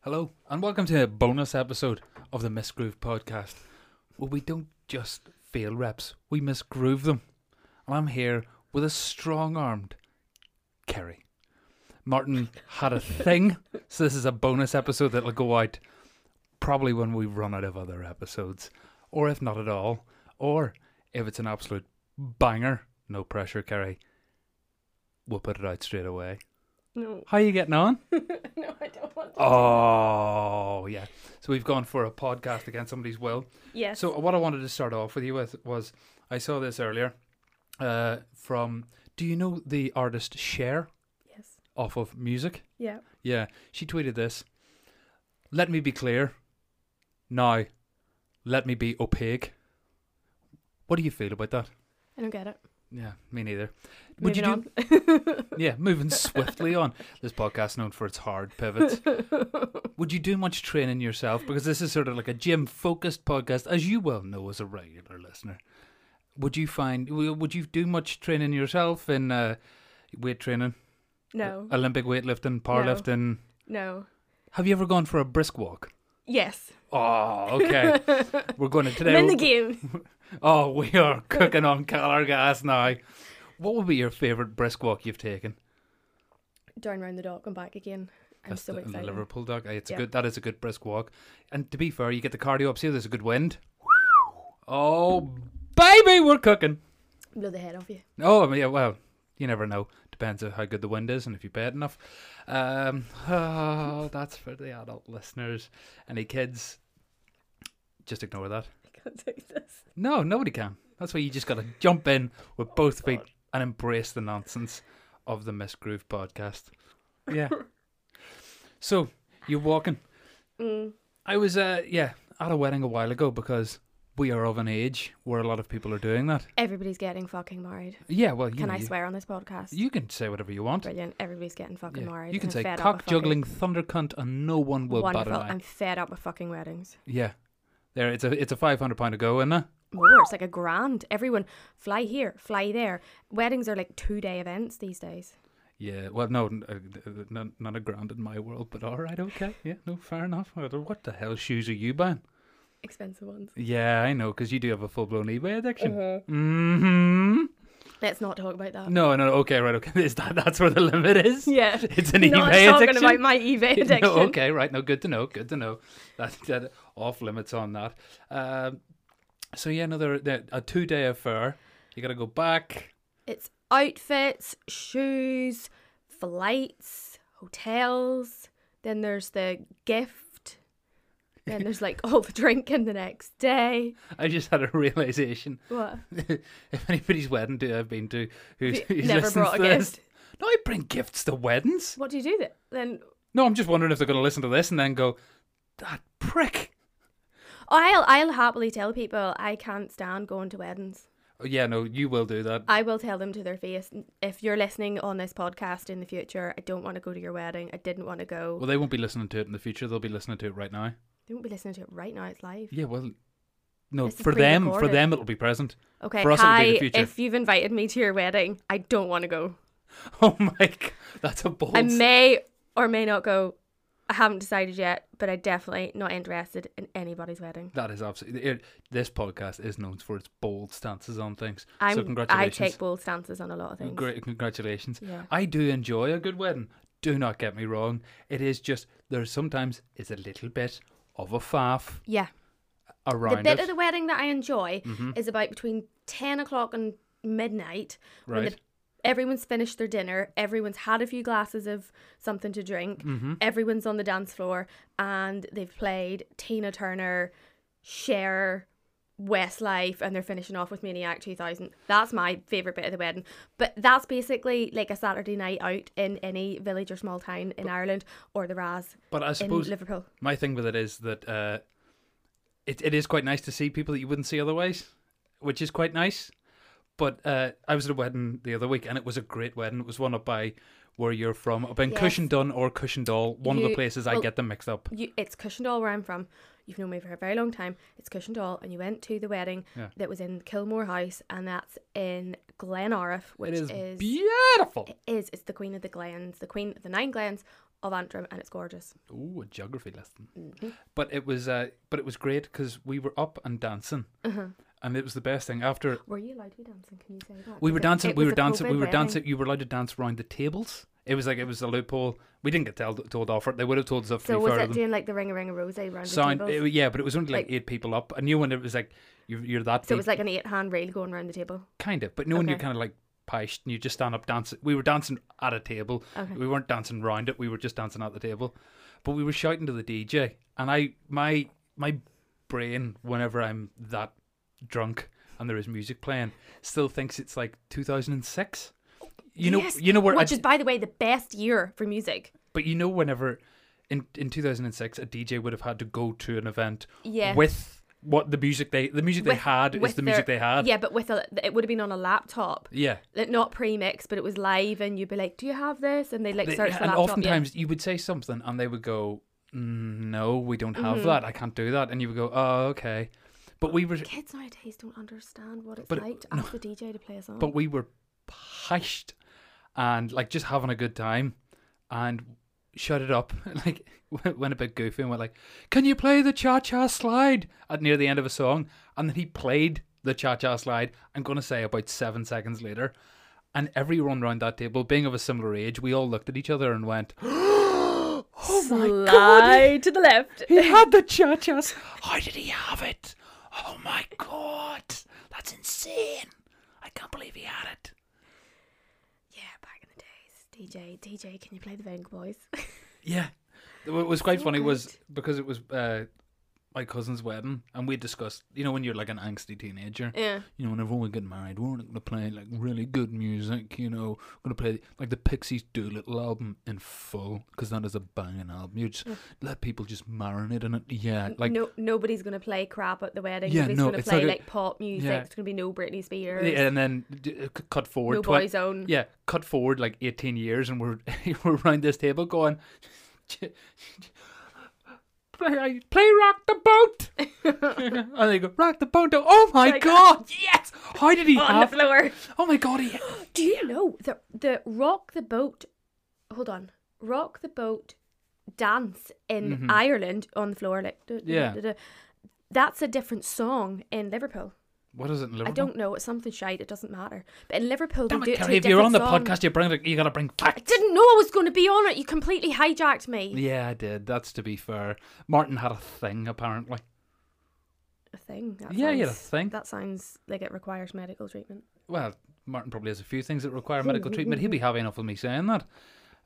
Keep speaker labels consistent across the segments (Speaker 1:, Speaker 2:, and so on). Speaker 1: Hello, and welcome to a bonus episode of the Miss Groove podcast, where we don't just fail reps, we misgroove them. And I'm here with a strong armed Kerry. Martin had a thing, so this is a bonus episode that'll go out probably when we run out of other episodes, or if not at all, or if it's an absolute banger, no pressure, Kerry, we'll put it out straight away.
Speaker 2: No,
Speaker 1: How you getting on?
Speaker 2: no, I don't want to.
Speaker 1: Oh, yeah. So we've gone for a podcast against somebody's will.
Speaker 2: yes.
Speaker 1: So uh, what I wanted to start off with you with was I saw this earlier uh, from. Do you know the artist Cher
Speaker 2: yes.
Speaker 1: off of music?
Speaker 2: Yeah.
Speaker 1: Yeah, she tweeted this. Let me be clear. Now, let me be opaque. What do you feel about that?
Speaker 2: I don't get it.
Speaker 1: Yeah, me neither. Would
Speaker 2: Moving
Speaker 1: you do-
Speaker 2: on.
Speaker 1: Yeah, moving swiftly on. This podcast known for its hard pivots. Would you do much training yourself? Because this is sort of like a gym focused podcast, as you well know as a regular listener. Would you find w- would you do much training yourself in uh, weight training,
Speaker 2: no.
Speaker 1: Olympic weightlifting, powerlifting?
Speaker 2: No.
Speaker 1: Have you ever gone for a brisk walk?
Speaker 2: Yes.
Speaker 1: Oh, okay. We're going to
Speaker 2: I'm
Speaker 1: today.
Speaker 2: in the game.
Speaker 1: Oh, we are cooking on color gas now. What would be your favorite brisk walk you've taken?
Speaker 2: Down round the dock and back again. I'm
Speaker 1: That's
Speaker 2: so
Speaker 1: the,
Speaker 2: excited.
Speaker 1: The Liverpool dog. It's a
Speaker 2: Yeah.
Speaker 1: good. That is a good brisk walk. And to be fair, you get the cardio up. See, there's a good wind. Oh, baby, we're cooking.
Speaker 2: Blow the head off you.
Speaker 1: Oh, I mean, yeah. Well, you never know. Depends on how good the wind is and if you bet enough. Um, oh, that's for the adult listeners. Any kids? Just ignore that.
Speaker 2: I can't do this.
Speaker 1: No, nobody can. That's why you just got to jump in
Speaker 2: Oh,
Speaker 1: with both feet and embrace the nonsense of the Miss Groove podcast. Yeah. so you're walking.
Speaker 2: Mm.
Speaker 1: I was, uh, yeah, at a wedding a while ago because we are of an age where a lot of people are doing that.
Speaker 2: Everybody's getting fucking married.
Speaker 1: Yeah, well, you
Speaker 2: Can
Speaker 1: know,
Speaker 2: I
Speaker 1: you,
Speaker 2: swear on this podcast?
Speaker 1: you can say whatever you want.
Speaker 2: Brilliant. Everybody's getting fucking
Speaker 1: Yeah.
Speaker 2: married.
Speaker 1: You can
Speaker 2: and
Speaker 1: say
Speaker 2: I'm fed up
Speaker 1: cock
Speaker 2: with fucking-
Speaker 1: juggling thunder cunt and no one will bat
Speaker 2: Wonderful.
Speaker 1: an eye.
Speaker 2: I'm fed up with fucking weddings.
Speaker 1: Yeah, there it's a it's a five hundred pound a go, isn't it?
Speaker 2: More. It's like a grand. Everyone fly here, fly there. Weddings are like two day events these days.
Speaker 1: Yeah, well, no, n- uh, th- th- none, none of ground in my world, but all right, okay, yeah, no, fair enough. Well, then What the hell shoes are you buying?
Speaker 2: Expensive ones.
Speaker 1: Yeah, I know, because you do have a full blown eBay addiction.
Speaker 2: Uh-huh.
Speaker 1: hmm
Speaker 2: Let's not talk about that.
Speaker 1: No, no, okay, right, okay. Is that that's where the limit is?
Speaker 2: uh, Yeah.
Speaker 1: It's an
Speaker 2: Not
Speaker 1: eBay
Speaker 2: talking
Speaker 1: addiction.
Speaker 2: about my eBay addiction.
Speaker 1: No, okay, right. No, good to know. Good to know. That, that off limits on that. Um, so yeah, another the- a two day affair. You got to go back.
Speaker 2: It's outfits, shoes, flights, hotels. Then there's the gift. Then there's like all the drinking the next day.
Speaker 1: I just had a realization.
Speaker 2: What?
Speaker 1: if anybody's wedding do I've been to who's,
Speaker 2: If you
Speaker 1: who's
Speaker 2: never
Speaker 1: listens
Speaker 2: brought a
Speaker 1: to this,
Speaker 2: gift.
Speaker 1: no, I bring gifts to weddings.
Speaker 2: What do you do then? Then
Speaker 1: No, I'm just wondering if they're going to listen to this and then go, that prick.
Speaker 2: I'll I'll happily tell people I can't stand going to weddings.
Speaker 1: Oh, yeah, no, you will do that.
Speaker 2: I will tell them to their face. If you're listening on this podcast in the future, I don't want to go to your wedding. I didn't want to go.
Speaker 1: Well, they won't be listening to it in the future. They'll be listening to it right now.
Speaker 2: they won't be listening to it right now. It's live.
Speaker 1: Yeah, well, no,
Speaker 2: This is
Speaker 1: for them, for
Speaker 2: pre-recorded.
Speaker 1: them, it'll be present.
Speaker 2: Okay,
Speaker 1: For us, it'll be the
Speaker 2: Kai,
Speaker 1: future.
Speaker 2: if you've invited me to your wedding, I don't want to go.
Speaker 1: Oh my, g- that's a bold.
Speaker 2: I
Speaker 1: s-
Speaker 2: may or may not go. I haven't decided yet, but I definitely not interested in anybody's wedding.
Speaker 1: that is absolutely. It, this podcast is known for its bold stances on things.
Speaker 2: I'm,
Speaker 1: so
Speaker 2: I
Speaker 1: congratulations.
Speaker 2: take bold stances on a lot of things.
Speaker 1: Great, congratulations.
Speaker 2: Yeah.
Speaker 1: I do enjoy a good wedding. Do not get me wrong. It is just there sometimes is a little bit of a faff
Speaker 2: Yeah.
Speaker 1: around
Speaker 2: the bit
Speaker 1: it.
Speaker 2: of the wedding that I enjoy
Speaker 1: Mm-hmm.
Speaker 2: is about between 10 o'clock and midnight when the,
Speaker 1: Right.
Speaker 2: everyone's finished their dinner, everyone's had a few glasses of something to drink,
Speaker 1: Mm-hmm.
Speaker 2: everyone's on the dance floor, and they've played Tina Turner, Cher, Westlife, and they're finishing off with Maniac 2000. That's my favourite bit of the wedding. But that's basically like a Saturday night out in any village or small town in Ireland or the Raz
Speaker 1: but I
Speaker 2: in
Speaker 1: suppose
Speaker 2: Liverpool.
Speaker 1: my thing with it is that uh, it it is quite nice to see people that you wouldn't see otherwise, which is quite nice. But uh, I was at a wedding the other week, and it was a great wedding. It was one up by where you're from, up in
Speaker 2: Yes.
Speaker 1: Cushendun or Cushendall, one of the
Speaker 2: You-
Speaker 1: places I
Speaker 2: well-
Speaker 1: get them mixed up.
Speaker 2: you, it's Cushendall where I'm from. You've known me for a very long time. It's Cushendall, and you went to the wedding
Speaker 1: Yeah.
Speaker 2: that was in Kilmore House, and that's in Glen Arif,
Speaker 1: It
Speaker 2: which
Speaker 1: is,
Speaker 2: is
Speaker 1: beautiful.
Speaker 2: it is it's the Queen of the Glens, the Queen of the Nine Glens of Antrim, and it's gorgeous.
Speaker 1: Ooh, a geography lesson. But it was, uh, but it was great because we were up and dancing,
Speaker 2: Uh-huh.
Speaker 1: and it was the best thing. After
Speaker 2: Were you allowed to be dancing? Can you say that?
Speaker 1: we were
Speaker 2: Because it-
Speaker 1: dancing,
Speaker 2: it
Speaker 1: we
Speaker 2: was
Speaker 1: were
Speaker 2: a
Speaker 1: dancing, we
Speaker 2: COVID
Speaker 1: were
Speaker 2: wedding.
Speaker 1: dancing. You were allowed to dance around the tables. It was like it was a loophole. We didn't get told, told off for it. They would have told us off.
Speaker 2: So
Speaker 1: to be
Speaker 2: was
Speaker 1: fair to
Speaker 2: it
Speaker 1: them.
Speaker 2: doing like the ring a ring a rose round
Speaker 1: Sound,
Speaker 2: the table?
Speaker 1: it- yeah, but it was only like,
Speaker 2: Like-
Speaker 1: eight people up. I knew when it was like you're, you're that.
Speaker 2: so it
Speaker 1: deep.
Speaker 2: was like an eight hand rail going around the table.
Speaker 1: kind of, but no one you're
Speaker 2: Okay.
Speaker 1: kind of like pished and you just stand up dancing. We were dancing at a table.
Speaker 2: Okay.
Speaker 1: We weren't dancing round it. We were just dancing at the table, but we were shouting to the DJ. And I, my, my brain, whenever I'm that drunk and there is music playing, still thinks it's like 2006. You know,
Speaker 2: Yes,
Speaker 1: you know where, I,
Speaker 2: which is by the way the best year for music.
Speaker 1: but you know, whenever in in 2006, a DJ would have had to go to an event
Speaker 2: Yeah.
Speaker 1: with what the music they the music they
Speaker 2: With-
Speaker 1: had is
Speaker 2: with
Speaker 1: the music
Speaker 2: their-
Speaker 1: they had.
Speaker 2: Yeah, but with a, it would have been on a laptop,
Speaker 1: yeah.
Speaker 2: like not pre-mixed, but it was live, and you'd be like, "Do you have this?" And they would like
Speaker 1: They-
Speaker 2: search the
Speaker 1: and
Speaker 2: laptop.
Speaker 1: oftentimes you would say something and they would go "Mm, no we don't have
Speaker 2: Mm-hmm.
Speaker 1: that i can't do that and you would go oh okay but we were
Speaker 2: yeah. kids nowadays don't understand what it's
Speaker 1: But it-
Speaker 2: like to ask the DJ to play a song.
Speaker 1: but we were pished and like just having a good time and shut it up like went went a bit goofy and went like can you play the cha-cha slide at near the end of a song and then he played the cha-cha slide i'm gonna say about seven seconds later and everyone round that table being of a similar age we all looked at each other and went oh my god
Speaker 2: slide to the left.
Speaker 1: He had the cha-chas. How did he have it? Oh my god, that's insane! I can't believe he had it.
Speaker 2: Yeah, back in the days, DJ, DJ, can you play the Venga Boys?
Speaker 1: Yeah, what was quite
Speaker 2: So
Speaker 1: funny was
Speaker 2: good.
Speaker 1: because it was uh, my cousin's wedding, and we discussed. You know, when you're like an angsty teenager,
Speaker 2: yeah,
Speaker 1: you know, whenever we get married, we're not gonna play like really good music. You know, we're gonna play like the Pixies Doolittle album in full because that is a banging album. You just let people just marinate in it. Yeah, Uh, like
Speaker 2: Mm. no, nobody's gonna play crap at the wedding.
Speaker 1: Yeah,
Speaker 2: nobody's
Speaker 1: no,
Speaker 2: gonna
Speaker 1: it's
Speaker 2: play
Speaker 1: like a-
Speaker 2: like pop music.
Speaker 1: Yeah.
Speaker 2: It's gonna be no Britney Spears,
Speaker 1: Yeah, and then d- uh, c- cut forward.
Speaker 2: no
Speaker 1: twen-
Speaker 2: Boyzone.
Speaker 1: Yeah, cut forward like eighteen years, and we're we're around this table going, play, play rock the boat, and they go rock the boat. Oh my
Speaker 2: my
Speaker 1: god,
Speaker 2: God.
Speaker 1: yes! How did he
Speaker 2: on the
Speaker 1: have?
Speaker 2: floor.
Speaker 1: Oh my god, he
Speaker 2: Do you know the the rock the boat? Hold on, rock the boat dance in Ireland on the floor, like duh, duh, duh,
Speaker 1: Mm-hmm. Yeah.
Speaker 2: duh, duh. That's a different song in Liverpool.
Speaker 1: what is it? In
Speaker 2: I
Speaker 1: Liverpool?
Speaker 2: don't know. It's something shite. It doesn't matter. But in Liverpool,
Speaker 1: Damn
Speaker 2: they do
Speaker 1: it,
Speaker 2: it to
Speaker 1: Kerry!
Speaker 2: a
Speaker 1: Oh If you're on the
Speaker 2: different song.
Speaker 1: podcast, you bring the, you gotta bring
Speaker 2: I
Speaker 1: facts.
Speaker 2: didn't know I was going to be on it. You completely hijacked me.
Speaker 1: Yeah, I did. That's to be fair. Martin had a thing apparently.
Speaker 2: A thing. That
Speaker 1: Yeah,
Speaker 2: sounds,
Speaker 1: you had a thing.
Speaker 2: That sounds like it requires medical treatment.
Speaker 1: Well, Martin probably has a few things that require medical treatment. He'll be happy enough with me saying that.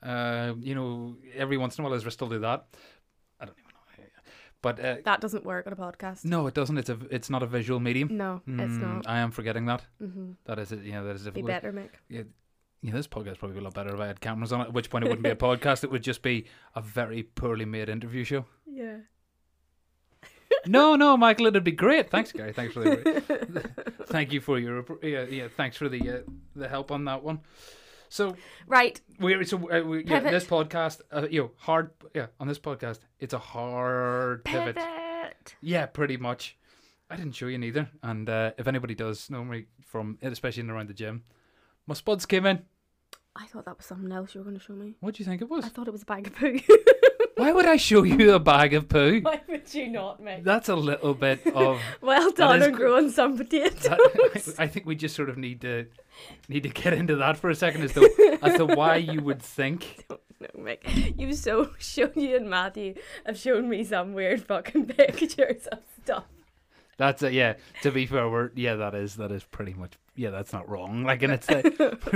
Speaker 1: Uh, you know, every once in a while, his wrist will do that. I don't even know. But uh,
Speaker 2: That doesn't work on a podcast.
Speaker 1: no, it doesn't. It's a, it's not a visual medium.
Speaker 2: No, it's
Speaker 1: Mm,
Speaker 2: not.
Speaker 1: I am forgetting that.
Speaker 2: Mm-hmm.
Speaker 1: That is, yeah, that is
Speaker 2: Be
Speaker 1: difficult.
Speaker 2: better, Mick.
Speaker 1: Yeah, this podcast probably be a lot better if I had cameras on it. At which point, it wouldn't be a podcast. It would just be a very poorly made interview show.
Speaker 2: Yeah.
Speaker 1: no, no, Michael, it'd be great. Thanks, Gary. Thanks for the thank you for your yeah, yeah. Thanks for the uh, the help on that one. So
Speaker 2: Right.
Speaker 1: We so uh, we, yeah,
Speaker 2: Pivot.
Speaker 1: this podcast, uh, you know, hard yeah. On this podcast, it's a hard pivot.
Speaker 2: Pivot.
Speaker 1: Yeah, pretty much. I didn't show you neither, and uh, if anybody does, normally from especially in and around the gym, my spuds came in.
Speaker 2: I thought that was something else you were going to show me.
Speaker 1: What do you think it was?
Speaker 2: I thought it was a bag of poo.
Speaker 1: Why would I show you a bag of poo?
Speaker 2: Why would you not, Mick?
Speaker 1: That's a little bit of.
Speaker 2: Well done
Speaker 1: is
Speaker 2: on
Speaker 1: gr-
Speaker 2: growing some potatoes.
Speaker 1: That, I, I think we just sort of need to need to get into that for a second as to as to why you would think.
Speaker 2: No, Mick. You've so shown you and Matthew have shown me some weird fucking pictures of stuff.
Speaker 1: That's it. Yeah. To be fair, we're yeah. That is that is pretty much yeah. That's not wrong. Like, and it's a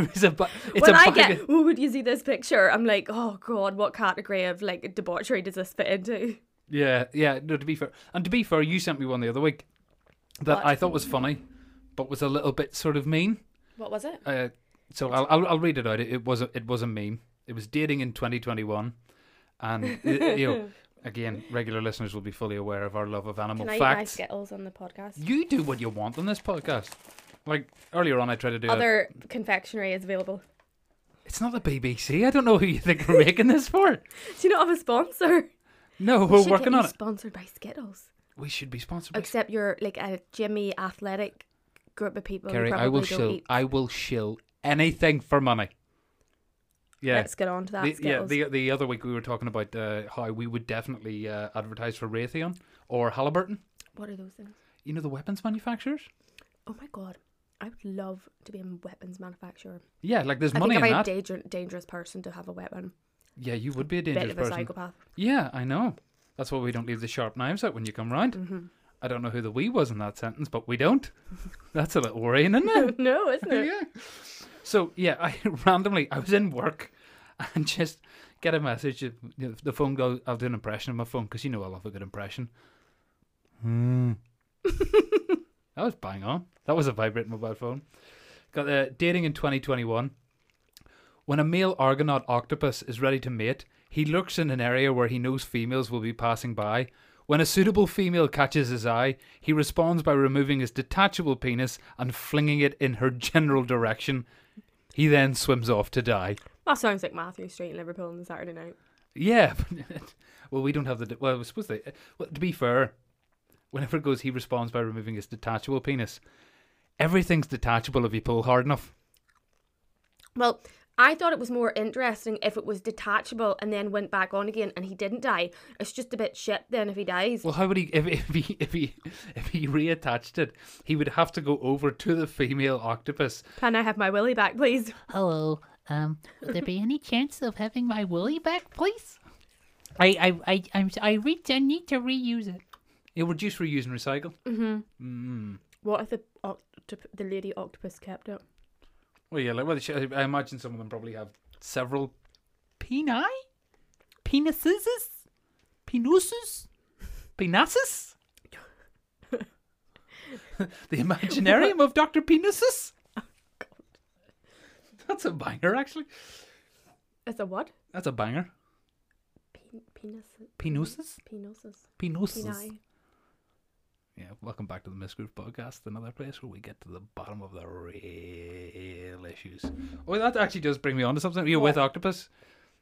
Speaker 1: it's a bu- it's
Speaker 2: when
Speaker 1: a
Speaker 2: I
Speaker 1: bag
Speaker 2: get,
Speaker 1: of-
Speaker 2: oh, would you see this picture? I'm like, oh god, what category of like debauchery does this fit into?
Speaker 1: yeah yeah. No, to be fair, and to be fair, you sent me one the other week that
Speaker 2: What?
Speaker 1: I thought was funny, but was a little bit sort of mean.
Speaker 2: What was it?
Speaker 1: Uh, so I'll, I'll I'll read it out. It, it was a, it was a meme. It was dating in 2021, and uh, you know, again, regular listeners will be fully aware of our love of animal
Speaker 2: Can I eat my
Speaker 1: facts.
Speaker 2: skittles on the podcast?
Speaker 1: You do what you want on this podcast. Like earlier on, I tried to do. a-
Speaker 2: Other confectionery is available.
Speaker 1: it's not the BBC. I don't know who you think we're making this for.
Speaker 2: Do you not have a sponsor?
Speaker 1: No,
Speaker 2: We
Speaker 1: we are
Speaker 2: should get
Speaker 1: working
Speaker 2: you
Speaker 1: on it.
Speaker 2: Sponsored by Skittles.
Speaker 1: We should be sponsored. by
Speaker 2: Except you're like a Jimmy athletic group of people. who
Speaker 1: Kerry, I
Speaker 2: probably
Speaker 1: will
Speaker 2: don't
Speaker 1: shill.
Speaker 2: eat-
Speaker 1: I will shill anything for money. Yeah.
Speaker 2: Let's get on to that.
Speaker 1: The, yeah,
Speaker 2: Skittles.
Speaker 1: the the other week we were talking about uh, how we would definitely uh, advertise for Raytheon or Halliburton.
Speaker 2: what are those things?
Speaker 1: You know the weapons manufacturers.
Speaker 2: Oh my god, I would love to be a weapons manufacturer.
Speaker 1: Yeah, like there's
Speaker 2: I
Speaker 1: money
Speaker 2: think
Speaker 1: in
Speaker 2: I'm a
Speaker 1: that.
Speaker 2: danger, dangerous person to have a weapon.
Speaker 1: yeah, you would be a
Speaker 2: Bit
Speaker 1: dangerous
Speaker 2: of a
Speaker 1: person.
Speaker 2: psychopath.
Speaker 1: Yeah, I know. That's why we don't leave the sharp knives out when you come round.
Speaker 2: Mhm.
Speaker 1: I don't know who the we was in that sentence, but we don't. That's a little worrying, isn't it?
Speaker 2: no, isn't it?
Speaker 1: yeah. So yeah, I randomly I was in work and just get a message. you know, The phone goes. I'll do an impression of my phone because you know I love a good impression. Hmm. that was bang on. That was a vibrant mobile phone. Got the dating in 2021. When a male Argonaut octopus is ready to mate, he lurks in an area where he knows females will be passing by. When a suitable female catches his eye, he responds by removing his detachable penis and flinging it in her general direction. He then swims off to die.
Speaker 2: That sounds like Matthew Street in Liverpool on the Saturday night.
Speaker 1: Yeah. but- well, we don't have the. de- Well, I was supposed to. Well, to be fair, whenever it goes, he responds by removing his detachable penis. Everything's detachable if you pull hard enough.
Speaker 2: Well, I thought it was more interesting if it was detachable and then went back on again and he didn't die. It's just a bit shit then if he dies.
Speaker 1: Well, how would he if, if he if he if he reattached it? He would have to go over to the female octopus.
Speaker 2: Can I have my willy back, please?
Speaker 3: Hello. Um, would there be any chance of having my woolly back, please? I, I, I, I'm, s- I re- I need to reuse it.
Speaker 1: He'll reduce, reuse, and recycle. Mm-hmm. Mm.
Speaker 2: What if the octop- the lady octopus kept it?
Speaker 1: Well, yeah, like well, sh- I imagine some of them probably have several.
Speaker 3: Peni? Penises? Penuses?
Speaker 1: Penises? the imaginarium of Dr. Penises? That's a banger, actually.
Speaker 2: It's a what?
Speaker 1: That's a banger.
Speaker 2: Pen- penis.
Speaker 1: Penuses?
Speaker 2: Penises.
Speaker 1: Penises.
Speaker 2: Peni.
Speaker 1: Yeah, welcome back to the Misgroove Podcast, another place where we get to the bottom of the real issues. Oh, that actually does bring me on to something. You're with octopus?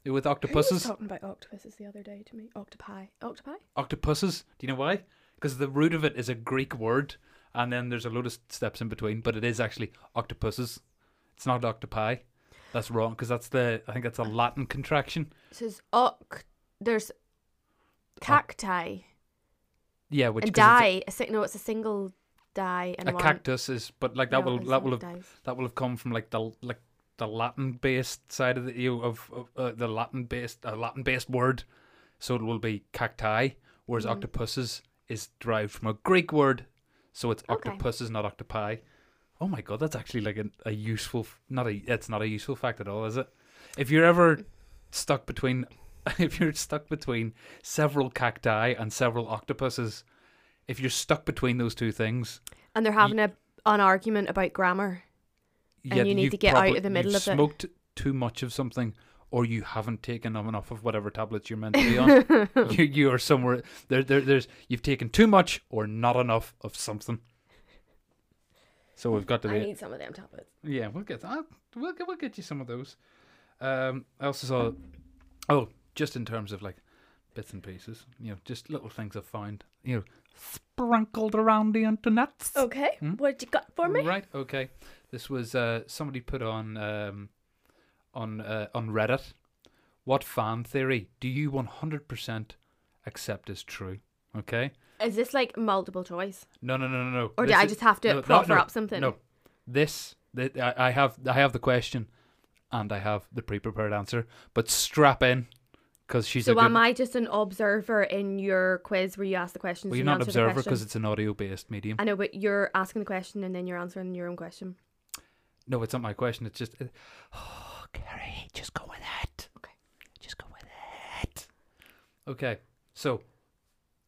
Speaker 1: You're with
Speaker 2: Who was
Speaker 1: octopuses?
Speaker 2: talking about octopuses the other day to me? Octopi. Octopi?
Speaker 1: Octopuses? Do you know why? Because the root of it is a Greek word, and then there's a lot of s- steps in between, but it is actually octopuses. It's not octopi. That's wrong, because that's the, I think that's a Latin contraction.
Speaker 2: So there's oc. There's cacti.
Speaker 1: Yeah, which
Speaker 2: and
Speaker 1: 'cause
Speaker 2: die. A, si- no, it's a single die
Speaker 1: it's
Speaker 2: and
Speaker 1: A, a
Speaker 2: one.
Speaker 1: cactus is, but like that
Speaker 2: no,
Speaker 1: will,
Speaker 2: it's
Speaker 1: that will
Speaker 2: not
Speaker 1: have
Speaker 2: dies.
Speaker 1: that will have come from like the like the Latin based side of the you know, of, of uh, the Latin based uh, Latin based word, so it will be cacti, whereas
Speaker 2: Mhm.
Speaker 1: octopuses is derived from a Greek word, so it's
Speaker 2: Okay.
Speaker 1: octopuses, not octopi. Oh my god, that's actually like an, a useful f- not a it's not a useful fact at all, is it? If you're ever stuck between if you're stuck between several cacti and several octopuses, if you're stuck between those two things,
Speaker 2: And they're having a, an argument about grammar. And you need
Speaker 1: you've
Speaker 2: to get out of
Speaker 1: probably-
Speaker 2: the middle
Speaker 1: you've
Speaker 2: of it.
Speaker 1: smoked too much of something, or you haven't taken enough of whatever tablets you're meant to be on. you you are somewhere there, there. There's you've taken too much or not enough of something. So we've got to
Speaker 2: I
Speaker 1: be
Speaker 2: need some of them tablets.
Speaker 1: yeah. We'll get that. We'll get we'll get you some of those. Um, I also saw oh just in terms of like bits and pieces, you know, just little things I've found, you know, sprinkled around the internet.
Speaker 2: Okay,
Speaker 1: Hmm?
Speaker 2: what you got for me?
Speaker 1: Right. Okay. This was uh, somebody put on um, on uh, on Reddit. What fan theory do you one hundred percent accept as true? Okay.
Speaker 2: Is this like multiple choice,
Speaker 1: No, no, no, no, no.
Speaker 2: or do
Speaker 1: This
Speaker 2: I
Speaker 1: is-
Speaker 2: just have to
Speaker 1: no, no,
Speaker 2: proffer
Speaker 1: no,
Speaker 2: up something?
Speaker 1: No. This. Th- I I have. I have the question, and I have the pre-prepared answer. But strap in, because she's a
Speaker 2: So
Speaker 1: good.
Speaker 2: am I just an observer in your quiz where you ask the questions?
Speaker 1: well, you're
Speaker 2: and
Speaker 1: not an
Speaker 2: you answer the
Speaker 1: observer
Speaker 2: question?
Speaker 1: because it's an audio-based medium.
Speaker 2: I know, but you're asking the question and then you're answering your own question.
Speaker 1: No, it's not my question. It's just. uh, Oh, Gary, just go with it.
Speaker 2: Okay.
Speaker 1: Just go with it. Okay. So,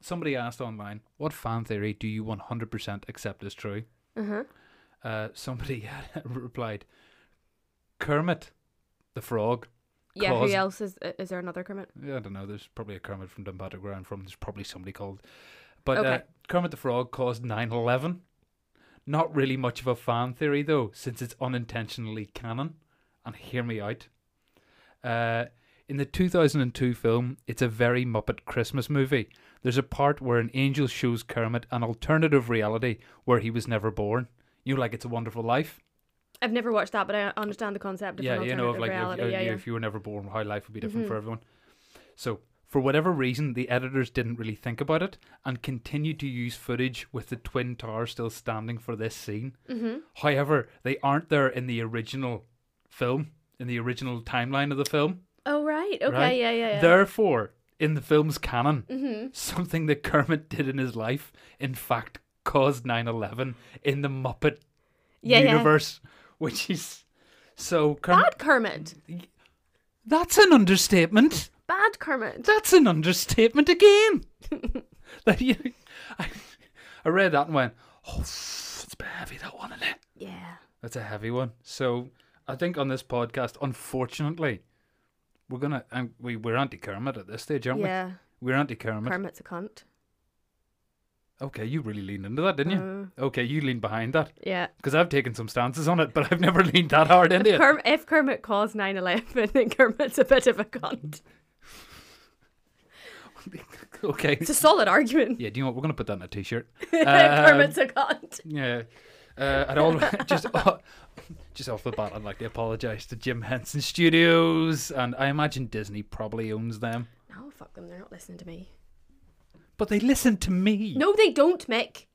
Speaker 1: somebody asked online, what fan theory do you 100% accept as true?
Speaker 2: Uh huh.
Speaker 1: Uh, somebody had replied, Kermit the Frog.
Speaker 2: Yeah.
Speaker 1: Cause-
Speaker 2: Who else is uh, is there another Kermit?
Speaker 1: Yeah, I don't know. There's probably a Kermit from Dumbarton where I'm from. There's probably somebody called. But uh,
Speaker 2: Okay.
Speaker 1: Kermit the Frog caused 9 11. Not really much of a fan theory, though, since it's unintentionally canon. And hear me out. Uh, in the 2002 film, It's a Very Muppet Christmas movie, there's a part where an angel shows Kermit an alternative reality where he was never born. You know, like It's a Wonderful Life.
Speaker 2: I've never watched that, but I understand the concept of
Speaker 1: yeah,
Speaker 2: an
Speaker 1: you know, of
Speaker 2: alternative
Speaker 1: like if,
Speaker 2: reality.
Speaker 1: uh,
Speaker 2: yeah,
Speaker 1: you-
Speaker 2: yeah. Mm-hmm.
Speaker 1: if you were never born, how life would be different for everyone. So, for whatever reason, the editors didn't really think about it and continued to use footage with the twin towers still standing for this scene.
Speaker 2: Mm-hmm.
Speaker 1: However, they aren't there in the original film, in the original timeline of the film.
Speaker 2: Oh right. Okay.
Speaker 1: right?
Speaker 2: Yeah. Yeah. Mm-hmm. Yeah.
Speaker 1: Therefore, in the film's canon, something that Kermit did in his life, in fact, caused 9 11 in the Muppet
Speaker 2: yeah. yeah.
Speaker 1: universe, which is so. Kermit,
Speaker 2: Bad Kermit.
Speaker 1: that's an understatement.
Speaker 2: Bad Kermit.
Speaker 1: That's an understatement again. Like, you- I, I read that and went, oh, it's a bit heavy, that one, isn't it?
Speaker 2: Yeah.
Speaker 1: That's a heavy one. So I think on this podcast, unfortunately, we're gonna and we we're anti Kermit at this stage, aren't
Speaker 2: Yeah.
Speaker 1: we? We're anti Kermit.
Speaker 2: Kermit's a cunt.
Speaker 1: okay, you really leaned into that,
Speaker 2: Mm.
Speaker 1: didn't you? okay, you leaned behind that
Speaker 2: Oh, Yeah.
Speaker 1: because I've taken some stances on it, but I've never leaned that hard into
Speaker 2: If,
Speaker 1: it.
Speaker 2: Kerm- if Kermit caused 9 11, then Kermit's a bit of a cunt.
Speaker 1: okay.
Speaker 2: It's a solid argument.
Speaker 1: Yeah, do you know what? We're gonna put that in a T-shirt.
Speaker 2: Um, Kermit's a cunt.
Speaker 1: Yeah. Uh, I'd all just uh, just off the bat, I'd like to apologise to Jim Henson Studios, and I imagine Disney probably owns them,
Speaker 2: No, fuck them. They're not listening to me.
Speaker 1: but they listen to me.
Speaker 2: No, they don't, Mick.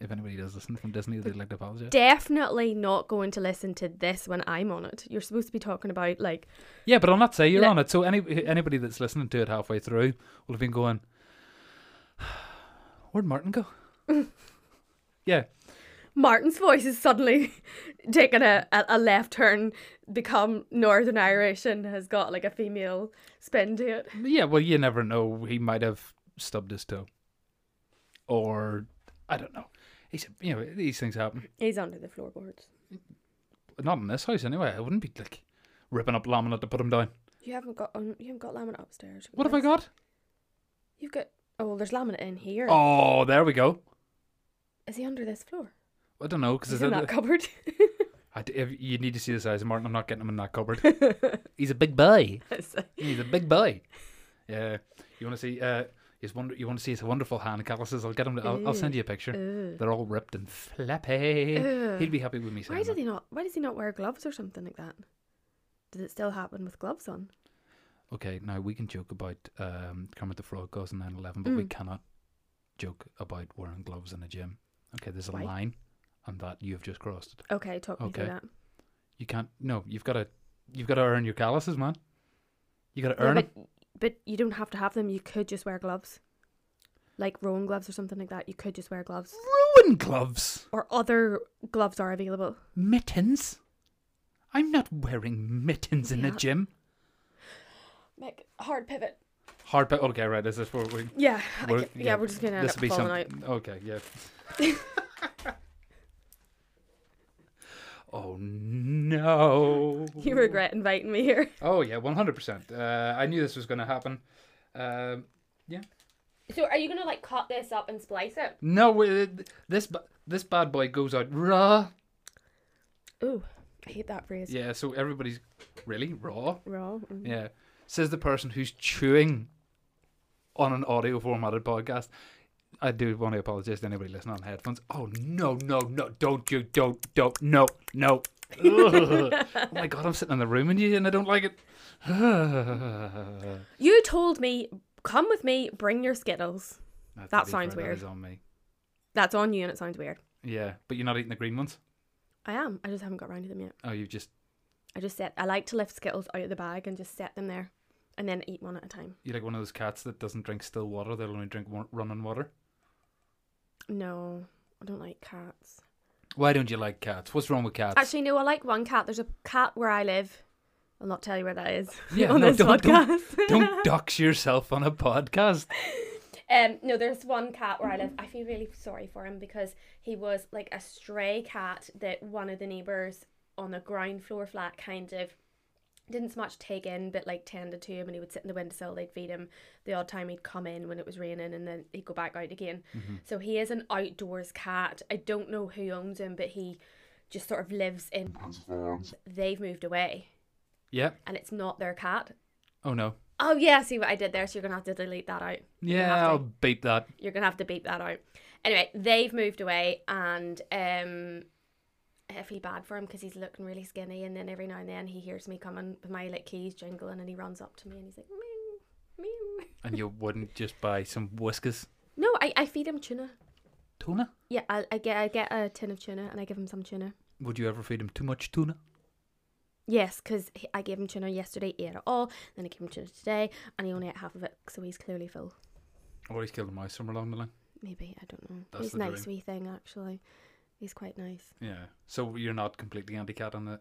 Speaker 1: If anybody does listen from Disney, they'd like to apologise.
Speaker 2: Definitely not going to listen to this when I'm on it. You're supposed to be talking about, like,
Speaker 1: Yeah, but I'll not say you're
Speaker 2: Le-
Speaker 1: on it. So any anybody that's listening to it halfway through will have been going, "Where'd Martin go?" yeah,
Speaker 2: Martin's voice is suddenly taking a, a, a left turn, become Northern Irish, and has got, like, a female spin to it.
Speaker 1: yeah. Well, you never know. He might have stubbed his toe, or I don't know. He's you know these things happen.
Speaker 2: He's under the floorboards.
Speaker 1: Not in this house anyway. I wouldn't be like ripping up laminate to put him down.
Speaker 2: You haven't got on. You haven't got laminate upstairs.
Speaker 1: What have I got?
Speaker 2: You've got. Oh, well, there's laminate in here. Is
Speaker 1: Oh, there we go.
Speaker 2: he under this floor?
Speaker 1: I don't know because
Speaker 2: He's in that cupboard.
Speaker 1: you need to see the size of Martin. I'm not getting him in that cupboard. He's a big boy. He's a big boy. Yeah. You want to see? Uh, he's wonder. You want to see his wonderful hand calluses? I'll get him. To, I'll, I'll send you a picture.
Speaker 2: Uh,
Speaker 1: They're all ripped and flappy.
Speaker 2: Ugh.
Speaker 1: He'd be happy with me
Speaker 2: uh, why
Speaker 1: saying
Speaker 2: did
Speaker 1: that.
Speaker 2: he not? Why does he not wear gloves or something like that? Does it still happen with gloves on?
Speaker 1: Okay, now we can joke about um, Kermit the Frog causing 9/11,
Speaker 2: Mm.
Speaker 1: but we cannot joke about wearing gloves in a gym. Okay, there's a
Speaker 2: Why?
Speaker 1: line, and that you have just crossed it.
Speaker 2: Okay, talk me through
Speaker 1: Okay.
Speaker 2: that.
Speaker 1: You can't. No, you've got to. You've got to earn your calluses, man. You got to
Speaker 2: Yeah,
Speaker 1: earn 'em.
Speaker 2: but, but you don't have to have them. You could just wear gloves, like rowing gloves or something like that. You could just wear gloves,
Speaker 1: Ruin gloves,
Speaker 2: or other gloves are available.
Speaker 1: mittens. I'm not wearing mittens in a
Speaker 2: Yeah.
Speaker 1: gym.
Speaker 2: Mick, hard pivot.
Speaker 1: Hard pa- Okay, right. This is where we.
Speaker 2: Yeah, I
Speaker 1: we're-
Speaker 2: ca- yeah, we're just gonna end
Speaker 1: this
Speaker 2: up
Speaker 1: would be
Speaker 2: falling out.
Speaker 1: something- Okay, yeah. oh no!
Speaker 2: You regret inviting me here.
Speaker 1: Oh yeah, one hundred percent. Uh, I knew this was going to happen. Um,
Speaker 2: So are you gonna like cut this up and splice it?
Speaker 1: no, it, this ba- this bad boy goes out raw.
Speaker 2: Ooh, I hate that phrase.
Speaker 1: Yeah, so everybody's really raw.
Speaker 2: Raw. mm.
Speaker 1: Yeah. Says the person who's chewing on an audio formatted podcast. I do want to apologize to anybody listening on headphones. Oh no, no, no, don't you don't don't no no. Ugh. oh my god, I'm sitting in the room and you and I don't like it. That's
Speaker 2: You told me, come with me, bring your Skittles. That sounds weird.
Speaker 1: on me.
Speaker 2: That's on you and it sounds weird.
Speaker 1: Yeah, but you're not eating the green ones.
Speaker 2: I am. I just haven't got around to them yet.
Speaker 1: Oh, you've just
Speaker 2: I just set, I like to lift Skittles out of the bag and just set them there and then eat one at a time.
Speaker 1: you're like one of those cats that doesn't drink still water. They'll only drink wa- running water.
Speaker 2: No, I don't like cats.
Speaker 1: Why don't you like cats? What's wrong with cats?
Speaker 2: Actually, no, I like one cat. There's a cat where I live. I'll not tell you where that is
Speaker 1: Yeah,
Speaker 2: on
Speaker 1: no,
Speaker 2: this
Speaker 1: don't- don't-
Speaker 2: podcast.
Speaker 1: don't dox yourself on a podcast.
Speaker 2: Um, no, there's one cat where I live. I feel really sorry for him because he was like a stray cat that one of the neighbours on the ground floor flat kind of didn't so much take in, but like tended to him, and he would sit in the windowsill. They'd feed him. The odd time he'd come in when it was raining, and then he'd go back out again. So he is an outdoors cat. I don't know who owns him, but he just sort of lives in. They've moved away,
Speaker 1: Yeah.
Speaker 2: and it's not their cat.
Speaker 1: Oh no.
Speaker 2: Oh yeah, I see what I did there. So you're gonna have to delete that out. You're gonna have
Speaker 1: Yeah,
Speaker 2: to-
Speaker 1: I'll beat that.
Speaker 2: you're gonna have to beep that out. Anyway, they've moved away, and um, I feel bad for him because he's looking really skinny, and then every now and then he hears me coming with my like keys jingling, and he runs up to me and he's like, meow, meow.
Speaker 1: And you wouldn't just buy some whiskers?
Speaker 2: No, I, I feed him tuna.
Speaker 1: Tuna?
Speaker 2: Yeah, I, I get I get a tin of tuna and I give him some tuna.
Speaker 1: Would you ever feed him too much tuna?
Speaker 2: Yes, because I gave him tuna yesterday, he ate it all. Then I gave him tuna today, and he only ate half of it, so he's clearly full.
Speaker 1: Or he's killed a mouse somewhere along the line?
Speaker 2: Maybe I don't know.
Speaker 1: That's
Speaker 2: he's
Speaker 1: the
Speaker 2: nice wee thing actually. He's quite nice.
Speaker 1: Yeah. So you're not completely anti cat on it?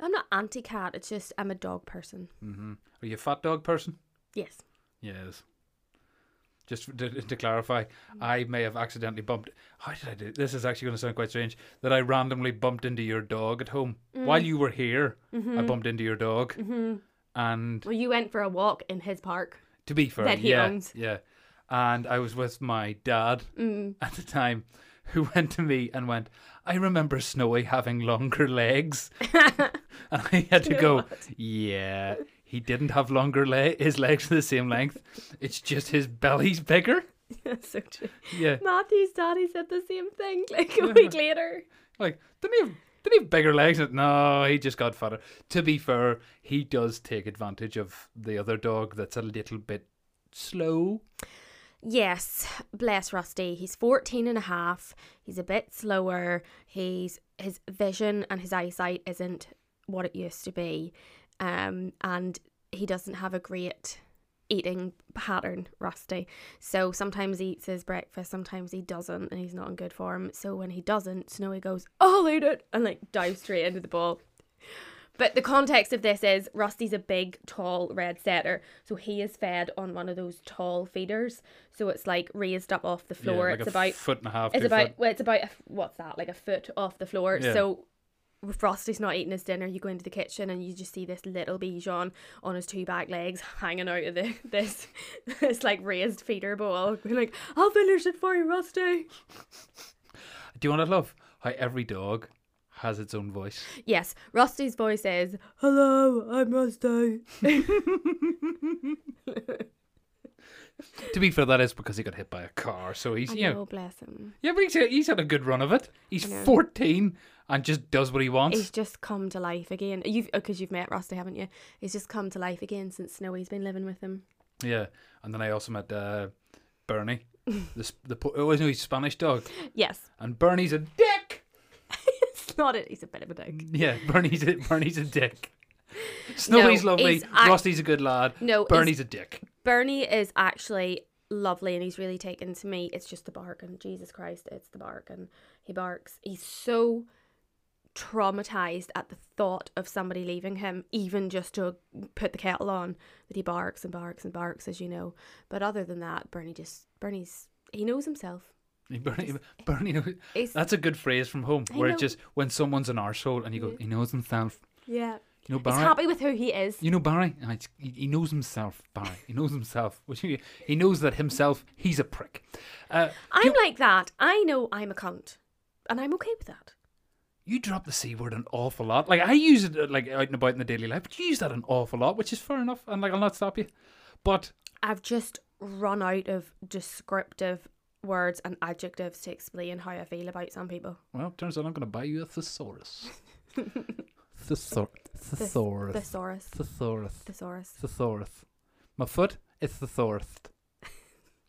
Speaker 2: I'm not anti cat. It's just I'm a dog person.
Speaker 1: Mm-hmm. Are you a fat dog person?
Speaker 2: Yes.
Speaker 1: Yes. Just to, to clarify,
Speaker 2: Mm.
Speaker 1: I may have accidentally bumped. How did I do? This is actually going to sound quite strange. That I randomly bumped into your dog at home
Speaker 2: Mm.
Speaker 1: while
Speaker 2: Mm-hmm.
Speaker 1: you were here. I bumped into your dog, and
Speaker 2: Well, you went for a walk in his park.
Speaker 1: to be fair,
Speaker 2: That he
Speaker 1: yeah,
Speaker 2: owns.
Speaker 1: yeah. And I was with my dad
Speaker 2: Mm.
Speaker 1: at the time, who went to me and went, "I remember Snowy having longer legs," and I had to
Speaker 2: know
Speaker 1: go,
Speaker 2: what?
Speaker 1: "Yeah, he didn't have longer leg. His legs are the same length. It's just his belly's bigger."
Speaker 2: That's so true.
Speaker 1: Yeah,
Speaker 2: Matthew's daddy said the same thing like
Speaker 1: Uh-huh.
Speaker 2: a week later.
Speaker 1: like didn't he have didn't he have bigger legs? No, he just got fatter. To be fair, he does take advantage of the other dog that's a little bit slow.
Speaker 2: Yes, bless Rusty. He's 14 and a half. He's a bit slower. He's his vision and his eyesight isn't what it used to be. Um and he doesn't have a great eating pattern, Rusty. So sometimes he eats his breakfast, sometimes he doesn't and he's not in good form. So when he doesn't, Snowy goes, "I'll eat it." And like dives straight into the bowl. But the context of this is Rusty's a big, tall red setter, so he is fed on one of those tall feeders. So it's like raised up off the floor.
Speaker 1: yeah, like
Speaker 2: it's
Speaker 1: a
Speaker 2: about
Speaker 1: foot and a half.
Speaker 2: it's
Speaker 1: two
Speaker 2: about
Speaker 1: foot.
Speaker 2: well, it's about a, what's that? Like a foot off the floor.
Speaker 1: Yeah.
Speaker 2: So if Rusty's not eating his dinner, you go into the kitchen and you just see this little Bichon on his two back legs hanging out of the, this this like raised feeder bowl, being like, "I'll finish it for you, Rusty."
Speaker 1: Do you want to love how every dog has its own voice?
Speaker 2: Yes, Rusty's voice is, "Hello, I'm Rusty."
Speaker 1: to be fair, that is because he got hit by a car, so he's
Speaker 2: I
Speaker 1: you
Speaker 2: know,
Speaker 1: know,
Speaker 2: bless him.
Speaker 1: yeah, but he's, he's had a good run of it. He's
Speaker 2: know.
Speaker 1: fourteen and just does what he wants.
Speaker 2: He's just come to life again. You've because you've met Rusty, haven't you? He's just come to life again since Snowy's been living with him.
Speaker 1: Yeah, and then I also met uh, Bernie, the sp- the po- oh, no, he's a Spanish dog,
Speaker 2: Yes,
Speaker 1: and Bernie's a dick.
Speaker 2: it's not it. He's a bit of a dick.
Speaker 1: Yeah, Bernie's a, Bernie's a dick. Snowy's
Speaker 2: No,
Speaker 1: lovely.
Speaker 2: he's act-
Speaker 1: Rusty's a good lad.
Speaker 2: No, he's-
Speaker 1: Bernie's a dick.
Speaker 2: Bernie is actually lovely and he's really taken to me. It's just the bark and Jesus Christ, it's the bark and he barks. He's so traumatized at the thought of somebody leaving him, even just to put the kettle on, that he barks and barks and barks, as you know. But other than that, Bernie just Bernie's he knows himself.
Speaker 1: Bernie, Bernie, knows-
Speaker 2: He's,
Speaker 1: that's a good phrase from home,
Speaker 2: I
Speaker 1: where
Speaker 2: know.
Speaker 1: it's just when someone's an arsehole and you go, he knows himself.
Speaker 2: yeah.
Speaker 1: You know
Speaker 2: He's
Speaker 1: Barry.
Speaker 2: happy with who he is.
Speaker 1: You know Barry. Ah, it's- He he knows himself. Barry. He knows himself. Which he he knows that himself. He's a prick. Uh,
Speaker 2: I'm like that. I know I'm a cunt. And I'm okay with that.
Speaker 1: you drop the c word an awful lot. Like I use it uh, like out and about in the daily life, but you use that an awful lot, which is fair enough. And like I'll not stop you, but
Speaker 2: I've just run out of descriptive words and adjectives to explain how I feel about some people.
Speaker 1: well, turns out I'm going to buy you a thesaurus. Thesor- thesaurus.
Speaker 2: Thesaurus.
Speaker 1: Thesaurus.
Speaker 2: Thesaurus.
Speaker 1: Thesaurus. My foot is thesaurus.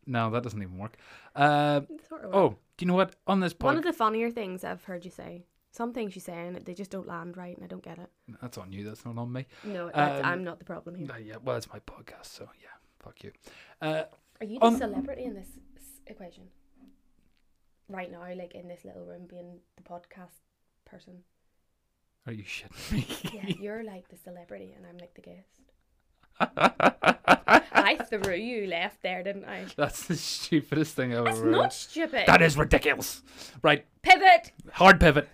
Speaker 1: No, that doesn't even work. Uh,
Speaker 2: Sort of
Speaker 1: oh, do you know what? On this
Speaker 2: One
Speaker 1: podcast,
Speaker 2: of the funnier things I've heard you say. Some things you say and they just don't land right, and I don't get it.
Speaker 1: that's on you. That's not on me.
Speaker 2: No, that's,
Speaker 1: Um,
Speaker 2: I'm not the problem here.
Speaker 1: Uh, yeah, well, it's my podcast, so yeah, fuck you. Uh,
Speaker 2: Are you the
Speaker 1: on-
Speaker 2: celebrity in this s- equation? Right now, like in this little room, being the podcast person.
Speaker 1: are you shitting me?
Speaker 2: Yeah, you're like the celebrity, and I'm like the guest. I threw you left there, didn't I?
Speaker 1: That's the stupidest thing I've
Speaker 2: That's
Speaker 1: ever.
Speaker 2: not stupid.
Speaker 1: That is ridiculous. Right,
Speaker 2: Pivot.
Speaker 1: hard pivot.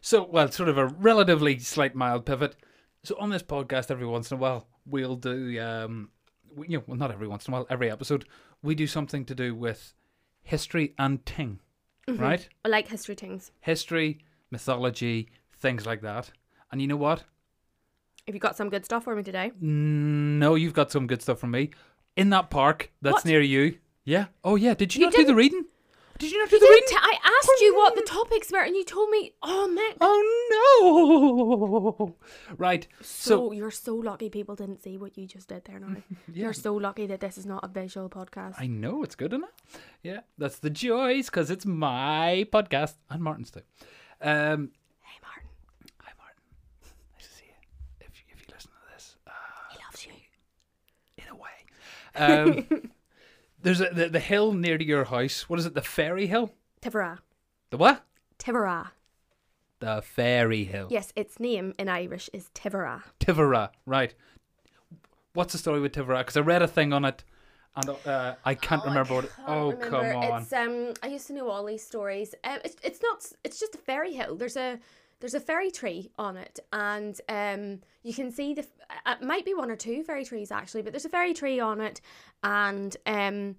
Speaker 1: So, well, sort of a relatively slight mild pivot. So, on this podcast, every once in a while, we'll do, um, we, you know, well, not every once in a while, every episode, we do something to do with history and ting,
Speaker 2: Mm-hmm.
Speaker 1: right?
Speaker 2: I like history things.
Speaker 1: History, mythology, things like that. And you know what?
Speaker 2: Have you got some good stuff for me today?
Speaker 1: Mm. No, you've got some good stuff from me. In that park that's
Speaker 2: What?
Speaker 1: near you. Yeah. Oh yeah. Did you,
Speaker 2: You
Speaker 1: not do the
Speaker 2: didn't-
Speaker 1: reading? Did you not do
Speaker 2: You
Speaker 1: the
Speaker 2: didn't
Speaker 1: reading?
Speaker 2: t- I asked you what the topics were, and you told me. Oh, Nick.
Speaker 1: Uh, oh no! Right.
Speaker 2: So,
Speaker 1: So,
Speaker 2: you're so lucky people didn't see what you just did there now. You're so lucky that this is not a visual podcast.
Speaker 1: I know it's good enough. Yeah, that's the joys because it's my podcast and Martin's too. Um,
Speaker 2: hey Martin,
Speaker 1: hi Martin, nice to see you. If if you listen to this,
Speaker 2: he loves you.
Speaker 1: in a way. Um, there's a, the, the hill near to your house. What is it? The fairy hill?
Speaker 2: Tivera.
Speaker 1: The what?
Speaker 2: Tivera.
Speaker 1: The fairy hill.
Speaker 2: Yes, its name in Irish is Tivera.
Speaker 1: Tivera, right. What's the story with Tivera? Because I read a thing on it and uh, I can't remember what it. Oh, come on.
Speaker 2: It's um I used to know all these stories. Um it's it's not s- it's just a fairy hill. There's a there's a fairy tree on it and um you can see the f- uh, it might be one or two fairy trees actually, but there's a fairy tree on it and um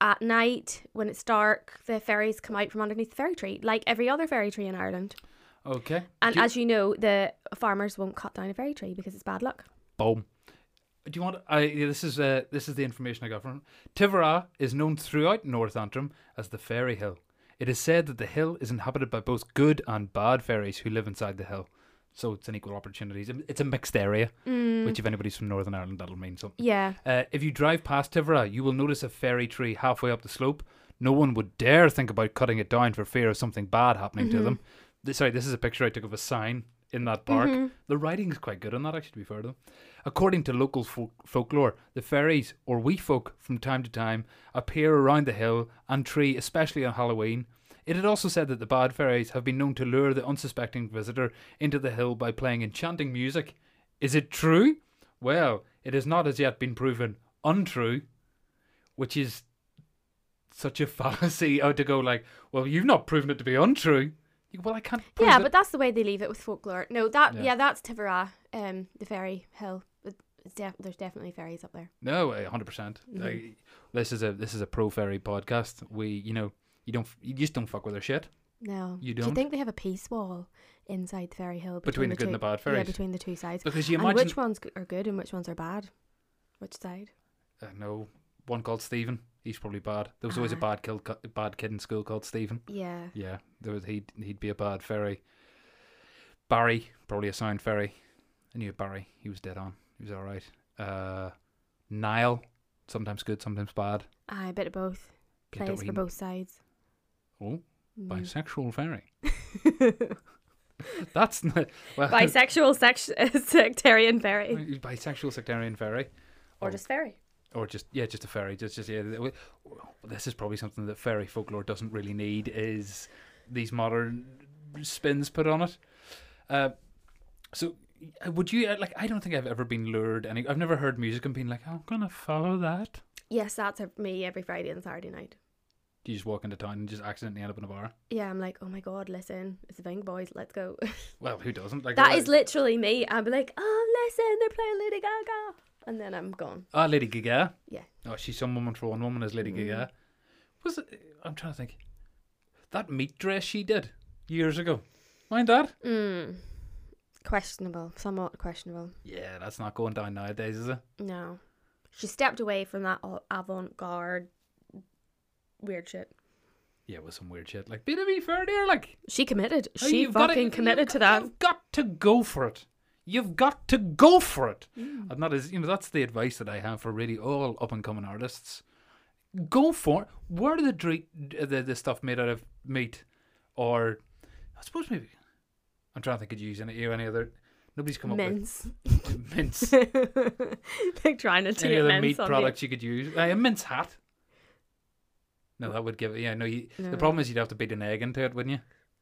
Speaker 2: at night when it's dark the fairies come out from underneath the fairy tree like every other fairy tree in Ireland.
Speaker 1: Okay.
Speaker 2: And
Speaker 1: Do-
Speaker 2: as you know, the farmers won't cut down a fairy tree because it's bad luck.
Speaker 1: Boom. Do you want? I yeah, this is uh, this is the information I got from Tivera is known throughout North Antrim as the Fairy Hill. It is said that the hill is inhabited by both good and bad fairies who live inside the hill, so it's an equal opportunity. It's a- It's a mixed area, which if anybody's from Northern Ireland, that'll mean something.
Speaker 2: Yeah.
Speaker 1: Uh, if you drive past Tivera, you will notice a fairy tree halfway up the slope. No one would dare think about cutting it down for fear of something bad happening to them. Th- Sorry, this is a picture I took of a sign in that park.
Speaker 2: Mm-hmm.
Speaker 1: The writing's quite good on that, actually, to be fair to them. According to local folk- folklore, the fairies, or wee folk, from time to time appear around the hill and tree, especially on Halloween. It had also said that the bad fairies have been known to lure the unsuspecting visitor into the hill by playing enchanting music. Is it true? Well, it has not as yet been proven untrue, which is such a fallacy. Oh, to go like, well, you've not proven it to be untrue. You- Well, I can't. Prove
Speaker 2: Yeah,
Speaker 1: it.
Speaker 2: but that's the way they leave it with folklore. No, that
Speaker 1: Yeah.
Speaker 2: yeah, that's Tivera, um, the fairy hill. But it's def- there's definitely fairies up there.
Speaker 1: no, a hundred percent. Like, This is a this is a pro fairy podcast. We, you know, you don't f- you just don't fuck with their shit.
Speaker 2: No,
Speaker 1: You
Speaker 2: Do
Speaker 1: don't?
Speaker 2: you think they have a peace wall inside the fairy hill
Speaker 1: Between the good
Speaker 2: two,
Speaker 1: and the bad
Speaker 2: Yeah,
Speaker 1: fairies.
Speaker 2: between the two sides.
Speaker 1: Because you
Speaker 2: and
Speaker 1: imagine,
Speaker 2: which ones g- are good and which ones are bad? Which side?
Speaker 1: I know Uh, one called Stephen. He's probably bad. There was always a
Speaker 2: Ah.
Speaker 1: bad kid, bad kid in school called Stephen.
Speaker 2: Yeah,
Speaker 1: Yeah, there was he'd he'd be a bad fairy. Barry, probably a sound fairy. I knew Barry. He was dead on. He was all right. Uh, Niall, sometimes good, sometimes bad.
Speaker 2: I bit of both.
Speaker 1: Yeah, don't
Speaker 2: Plays for
Speaker 1: really-
Speaker 2: both sides.
Speaker 1: Oh,
Speaker 2: Mm.
Speaker 1: bisexual fairy. That's not, well,
Speaker 2: Bisexual sex- sectarian fairy,
Speaker 1: bisexual sectarian fairy, oh.
Speaker 2: or just fairy.
Speaker 1: or just yeah, just a fairy. Just just yeah. th- w- w- This is probably something that fairy folklore doesn't really need is these modern spins put on it. Uh, so uh, would you uh, like? I don't think I've ever been lured. Any, I've never heard music and been like, "Oh, I'm gonna follow that.
Speaker 2: Yes, that's a- me every Friday and Saturday night.
Speaker 1: Do you just walk into town and just accidentally end up in a bar?
Speaker 2: Yeah, I'm like, oh my god, listen, it's the Ving Boys, let's go.
Speaker 1: Well, who doesn't? Like oh,
Speaker 2: That
Speaker 1: well,
Speaker 2: is literally me. I'm like, oh, listen, they're playing Lady Gaga. And then I'm gone.
Speaker 1: Ah, Lady Gaga.
Speaker 2: Yeah. Mm-hmm.
Speaker 1: Oh, she's some woman for one woman is Lady Gaga. Was it? I'm trying to think. That meat dress she did years ago. Mind that?
Speaker 2: Mm. Questionable. Somewhat questionable.
Speaker 1: Yeah, that's not going down nowadays, is it?
Speaker 2: No. She stepped away from that all avant garde weird shit.
Speaker 1: Yeah, with some weird shit. Like, be to be fair, dear, like
Speaker 2: She committed.
Speaker 1: oh,
Speaker 2: She
Speaker 1: you've gotta-
Speaker 2: fucking
Speaker 1: you've
Speaker 2: committed
Speaker 1: got-
Speaker 2: to that.
Speaker 1: You've got to go for it. You've got to go for it. And that is, you know, that's the advice that I have for really all up and coming artists. Go for it. Where the, dre- the the stuff made out of meat, or I suppose maybe I'm trying to think. Could you use any you any other? Nobody's come
Speaker 2: Mince.
Speaker 1: up with mince.
Speaker 2: like trying to
Speaker 1: any
Speaker 2: take
Speaker 1: other
Speaker 2: mince
Speaker 1: meat
Speaker 2: on
Speaker 1: products you could use? Uh, a mince hat. No, that would give it. Yeah, no. You,
Speaker 2: You.
Speaker 1: The problem is you'd have to beat an egg into it, wouldn't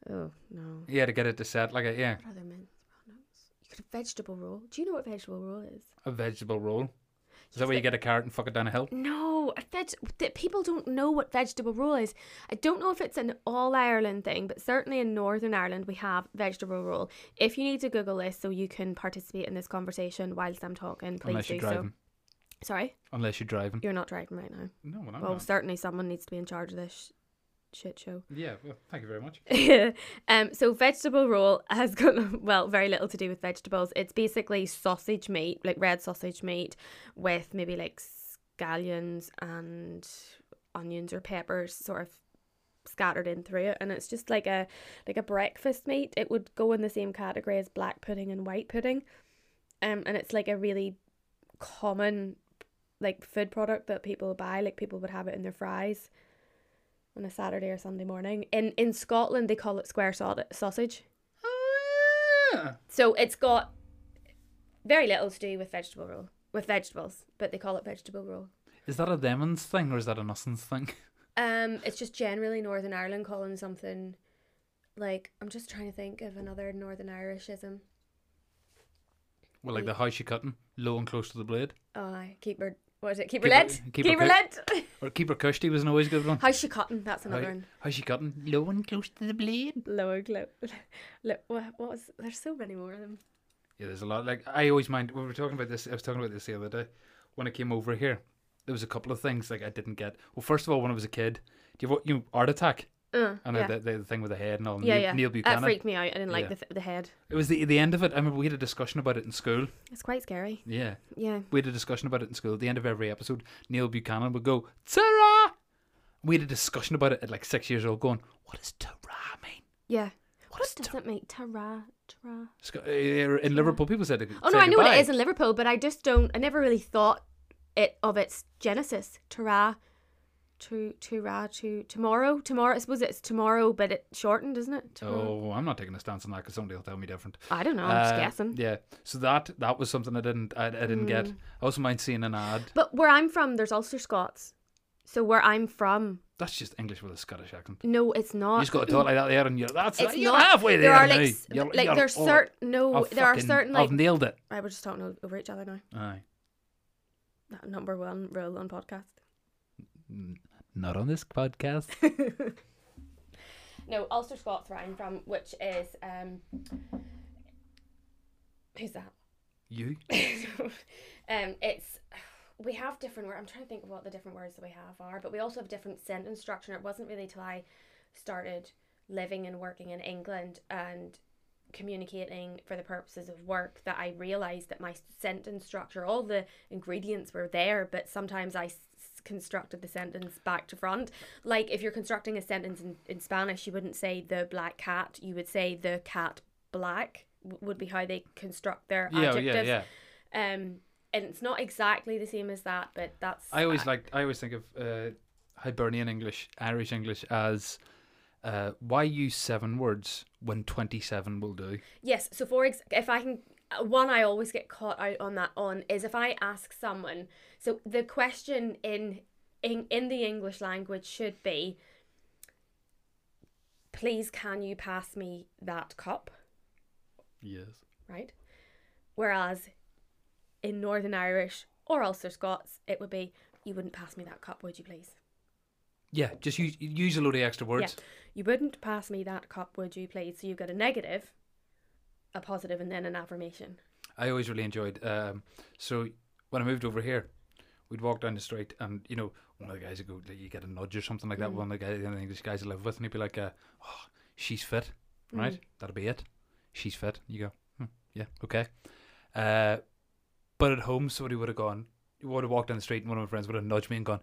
Speaker 1: you?
Speaker 2: Oh, no.
Speaker 1: Yeah, to get it to set like a yeah,
Speaker 2: What other mince products? You could have vegetable roll. Do you know what vegetable roll is?
Speaker 1: a vegetable roll. Is that where you get a carrot and fuck it down a hill?
Speaker 2: No, a veg- that people don't know what vegetable roll is. I don't know if it's an all Ireland thing, but certainly in Northern Ireland we have vegetable roll. If you need to Google this so you can participate in this conversation whilst I'm talking, please
Speaker 1: Unless
Speaker 2: do
Speaker 1: you're driving.
Speaker 2: so. Sorry,
Speaker 1: Unless you're driving.
Speaker 2: you're not driving right now.
Speaker 1: No, well, I'm
Speaker 2: well,
Speaker 1: not.
Speaker 2: certainly someone needs to be in charge of this sh- shit show.
Speaker 1: Yeah, well, thank you very much.
Speaker 2: um, so vegetable roll has got well very little to do with vegetables. It's basically sausage meat, like red sausage meat, with maybe like scallions and onions or peppers, sort of scattered in through it and it's just like a like a breakfast meat it would go in the same category as black pudding and white pudding um and it's like a really common like food product that people buy like people would have it in their fries on a saturday or sunday morning in in scotland they call it square sau- sausage
Speaker 3: Ah.
Speaker 2: so it's got very little to do with vegetable roll, with vegetables, but they call it vegetable roll.
Speaker 1: Is that a Themans thing or is that an Ussens thing?
Speaker 2: Um, it's just generally Northern Ireland calling something like I'm just trying to think of another Northern Irishism.
Speaker 1: Well, like the house you cutting, low and close to the blade.
Speaker 2: Oh, keep her. What is it? Keep her
Speaker 1: Keep her-
Speaker 2: lid.
Speaker 1: keep
Speaker 2: Keep
Speaker 1: her
Speaker 2: her lid.
Speaker 1: Or keeper Cushy was an always good one.
Speaker 2: How's she cotton? That's
Speaker 1: How-
Speaker 2: another one.
Speaker 1: How's she cutting?
Speaker 3: Low and close to the blade.
Speaker 2: Lower glow. Look, what, what was? There's so many more of them.
Speaker 1: Yeah, there's a lot. Like I always mind. We were talking about this. I was talking about this the other day when I came over here. There was a couple of things like I didn't get. Well, first of all, when I was a kid, do you ever, you know, Art Attack
Speaker 2: Uh,
Speaker 1: and
Speaker 2: yeah.
Speaker 1: the, the, the thing with the head and all.
Speaker 2: yeah,
Speaker 1: Neil,
Speaker 2: yeah.
Speaker 1: Neil
Speaker 2: that
Speaker 1: Buchanan.
Speaker 2: freaked me out. I didn't like
Speaker 1: Yeah.
Speaker 2: the, th- the head.
Speaker 1: It was the the end of it. I remember we had a discussion about it in school.
Speaker 2: It's quite scary.
Speaker 1: Yeah,
Speaker 2: Yeah.
Speaker 1: we had a discussion about it in school. At the end of every episode, Neil Buchanan would go Tara. We had a discussion about it at like six years old, going, "What does Tara mean?
Speaker 2: Yeah.
Speaker 1: What is
Speaker 2: Does
Speaker 1: Tara?"
Speaker 2: that make Tara? Tara.
Speaker 1: Sc- uh, In Liverpool, people said.
Speaker 2: Oh no, I know what it is in Liverpool, but I just don't. I never really thought it of its genesis. Tara, to Tara, to tomorrow, tomorrow. I suppose it's tomorrow, but it shortened, isn't it? Tomorrow.
Speaker 1: Oh, I'm not taking a stance on that because somebody will tell me different.
Speaker 2: I don't know. Oh, I'm just
Speaker 1: Uh,
Speaker 2: guessing. Hmm.
Speaker 1: Yeah, so that that was something I didn't I, I didn't get. I also mind seeing an ad.
Speaker 2: But where I'm from, there's Ulster Scots. So where I'm from,
Speaker 1: That's just English with a Scottish accent.
Speaker 2: no, it's not.
Speaker 1: You just got to talk like that there, and you're that's
Speaker 2: it's
Speaker 1: you're
Speaker 2: not.
Speaker 1: halfway there.
Speaker 2: there are
Speaker 1: now.
Speaker 2: like s-
Speaker 1: You're-
Speaker 2: like
Speaker 1: you're-
Speaker 2: there's
Speaker 1: oh,
Speaker 2: certain no
Speaker 1: I've
Speaker 2: there are
Speaker 1: fucking-
Speaker 2: certain
Speaker 1: I've
Speaker 2: like
Speaker 1: nailed it.
Speaker 2: I was just talking o- over each other now.
Speaker 1: Aye,
Speaker 2: That number one rule on podcast.
Speaker 1: not on this podcast.
Speaker 2: No, Ulster Scots where I'm from, which is um, who's that?
Speaker 1: you
Speaker 2: um, it's we have different words. I'm trying to think of what the different words that we have are, but we also have different sentence structure. It wasn't really till I started living and working in England and communicating for the purposes of work that I realized that my sentence structure, all the ingredients were there, but sometimes I s- constructed the sentence back to front. Like if you're constructing a sentence in, in Spanish, you wouldn't say the black cat, you would say the cat black w- would be how they construct their
Speaker 1: yeah oh,
Speaker 2: adjectives.
Speaker 1: yeah yeah.
Speaker 2: Um, and it's not exactly the same as that, but that's.
Speaker 1: I always like I always think of uh, Hibernian English, Irish English as uh, why use seven words when twenty seven will do.
Speaker 2: Yes. So for ex- if I can, uh, one I always get caught out on that on is if I ask someone. So the question in in in the English language should be, please can you pass me that cup?
Speaker 1: Yes.
Speaker 2: Right. Whereas, in Northern Irish or Ulster Scots, it would be, you wouldn't pass me that cup, would you please?
Speaker 1: Yeah, just use use a load of extra words.
Speaker 2: Yeah. You wouldn't pass me that cup, would you please? So you get a negative, a positive, and then an affirmation.
Speaker 1: I always really enjoyed. Um, so when I moved over here, we'd walk down the street, and you know, one of the guys would go, like, "You get a nudge or something like that." One of the guys, the other English guys I live with, and he'd be like, uh, "Oh, she's fit, right? That'll be it. She's fit." You go, hmm, "Yeah, okay." Uh, but at home, somebody would have gone. Would have walked down the street, and one of my friends would have nudged me and gone,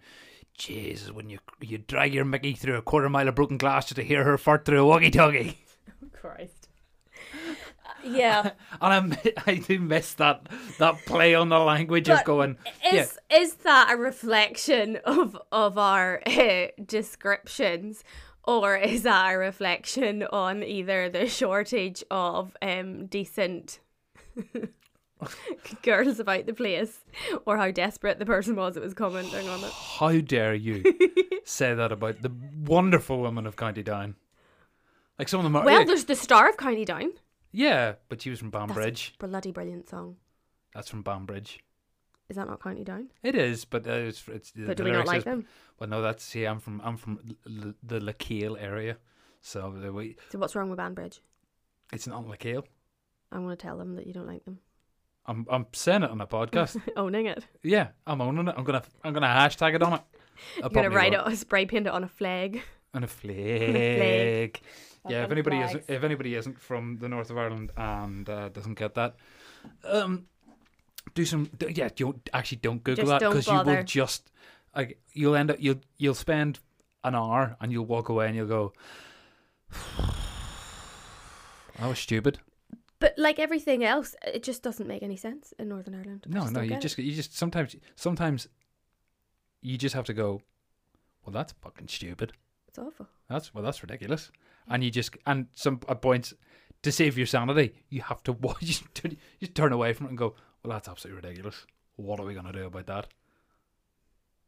Speaker 1: "Jesus, when you you drag your Mickey through a quarter mile of broken glass just to hear her fart through a woggy toggy."
Speaker 2: Christ. Uh, yeah.
Speaker 1: And I, mi- I do miss that that play on the language of
Speaker 2: But
Speaker 1: going. yeah.
Speaker 2: Is is that a reflection of of our uh, descriptions, or is that a reflection on either the shortage of um decent girls about the place, or how desperate the person was that was commenting on it?
Speaker 1: How dare you say that about the wonderful women of County Down? Like some of them are.
Speaker 2: Well,
Speaker 1: Uh, yeah,
Speaker 2: there's the star of County Down.
Speaker 1: yeah, but she was from
Speaker 2: That's
Speaker 1: Banbridge.
Speaker 2: a bloody brilliant song.
Speaker 1: That's from Banbridge.
Speaker 2: Is that not County Down?
Speaker 1: It is, but uh, it's, it's the
Speaker 2: But do we not
Speaker 1: lyrics
Speaker 2: like
Speaker 1: is-
Speaker 2: them?
Speaker 1: Well, no, that's see, I'm from I'm from L- L- the Lacaille area, so the way
Speaker 2: So what's wrong with Banbridge?
Speaker 1: it's not Lacaille.
Speaker 2: I want to tell them that you don't like them.
Speaker 1: I'm I'm saying it on a podcast.
Speaker 2: Owning it.
Speaker 1: yeah, I'm owning it. I'm gonna I'm gonna hashtag it on it.
Speaker 2: You're going to write it, spray paint it on a flag.
Speaker 1: and a
Speaker 2: flag.
Speaker 1: flag. Yeah, if
Speaker 2: Fucking
Speaker 1: anybody
Speaker 2: flags.
Speaker 1: isn't if anybody isn't from the north of Ireland and uh, doesn't get that, um, do some d- yeah. Don't actually don't Google
Speaker 2: Just
Speaker 1: that
Speaker 2: don't
Speaker 1: because you will
Speaker 2: bother.
Speaker 1: just like you'll end up you'll you'll spend an hour and you'll walk away and you'll go, that was stupid.
Speaker 2: But like everything else, it just doesn't make any sense in Northern Ireland. I
Speaker 1: No, no,
Speaker 2: don't
Speaker 1: you
Speaker 2: get it.
Speaker 1: just you just sometimes sometimes you just have to go. Well, that's fucking stupid.
Speaker 2: It's awful.
Speaker 1: That's well, that's ridiculous. And you just and some at points to save your sanity, you have to watch. You, turn- you turn away from it and go. Well, that's absolutely ridiculous. What are we gonna do about that?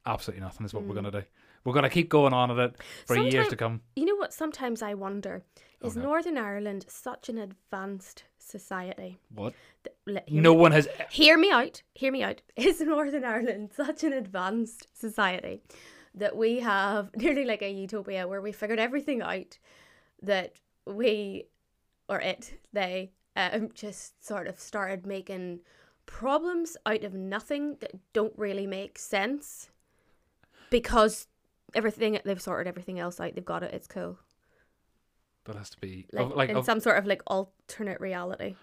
Speaker 1: Absolutely nothing is what we're
Speaker 2: Mm.
Speaker 1: gonna do. We're gonna keep going on at it for years
Speaker 2: Sometime-
Speaker 1: to come.
Speaker 2: You know what? Sometimes I wonder
Speaker 1: Oh,
Speaker 2: is
Speaker 1: no.
Speaker 2: Northern Ireland such an advanced society?
Speaker 1: What?
Speaker 2: Th- let- hear
Speaker 1: No
Speaker 2: me-
Speaker 1: one has. e-,
Speaker 2: Hear me out. Hear me out. Is Northern Ireland such an advanced society that we have nearly like a utopia where we figured everything out that we or it, they um, just sort of started making problems out of nothing that don't really make sense because everything they've sorted everything else out they've got it it's cool
Speaker 1: That has to be
Speaker 2: like,
Speaker 1: of, like
Speaker 2: in
Speaker 1: of,
Speaker 2: some sort of like alternate reality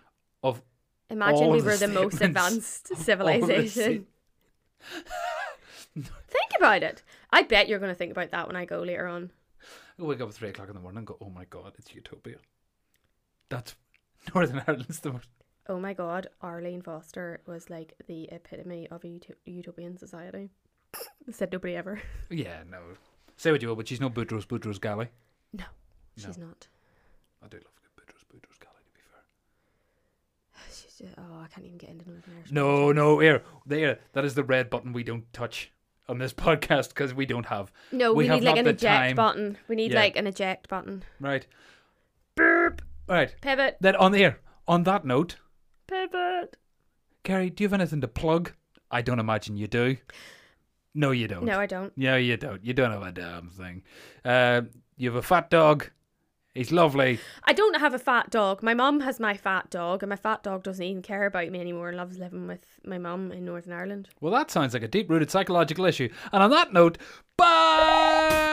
Speaker 1: of
Speaker 2: imagine
Speaker 1: all
Speaker 2: we
Speaker 1: of the
Speaker 2: were the most
Speaker 1: statements
Speaker 2: advanced
Speaker 1: all of the se-
Speaker 2: civilization Think about it. I bet you're going to think about that when I go later on.
Speaker 1: I wake up at three o'clock in the morning and go, oh my god, it's utopia. That's Northern Ireland's the most.
Speaker 2: Oh my God, Arlene Foster was like the epitome of a ut- utopian society. Said nobody ever.
Speaker 1: Yeah, no. Say what you will, but she's no Boudreaux's Boudreaux's galley.
Speaker 2: No,
Speaker 1: No.
Speaker 2: she's not.
Speaker 1: I do love good Boudreaux's Boudreaux's galley, to be fair.
Speaker 2: She's just, oh, I can't even get into Northern Irish.
Speaker 1: No, no, here, there. That is the red button we don't touch on this podcast because we don't have.
Speaker 2: no,
Speaker 1: we
Speaker 2: we,
Speaker 1: have
Speaker 2: need like
Speaker 1: not
Speaker 2: an
Speaker 1: the
Speaker 2: eject
Speaker 1: time.
Speaker 2: button. We need
Speaker 1: Yeah.
Speaker 2: like an eject button.
Speaker 1: Right. Burp. Right.
Speaker 2: Pivot,
Speaker 1: Then on the air, on that note,
Speaker 2: pivot.
Speaker 1: Carrie, do you have anything to plug? I don't imagine you do. No, you don't.
Speaker 2: No, I don't.
Speaker 1: No, you don't. You don't have a damn thing. Uh, you have a fat dog. He's lovely.
Speaker 2: I don't have a fat dog. My mum has my fat dog, and my fat dog doesn't even care about me anymore and loves living with my mum in Northern Ireland.
Speaker 1: Well, that sounds like a deep rooted psychological issue. And on that note, bye!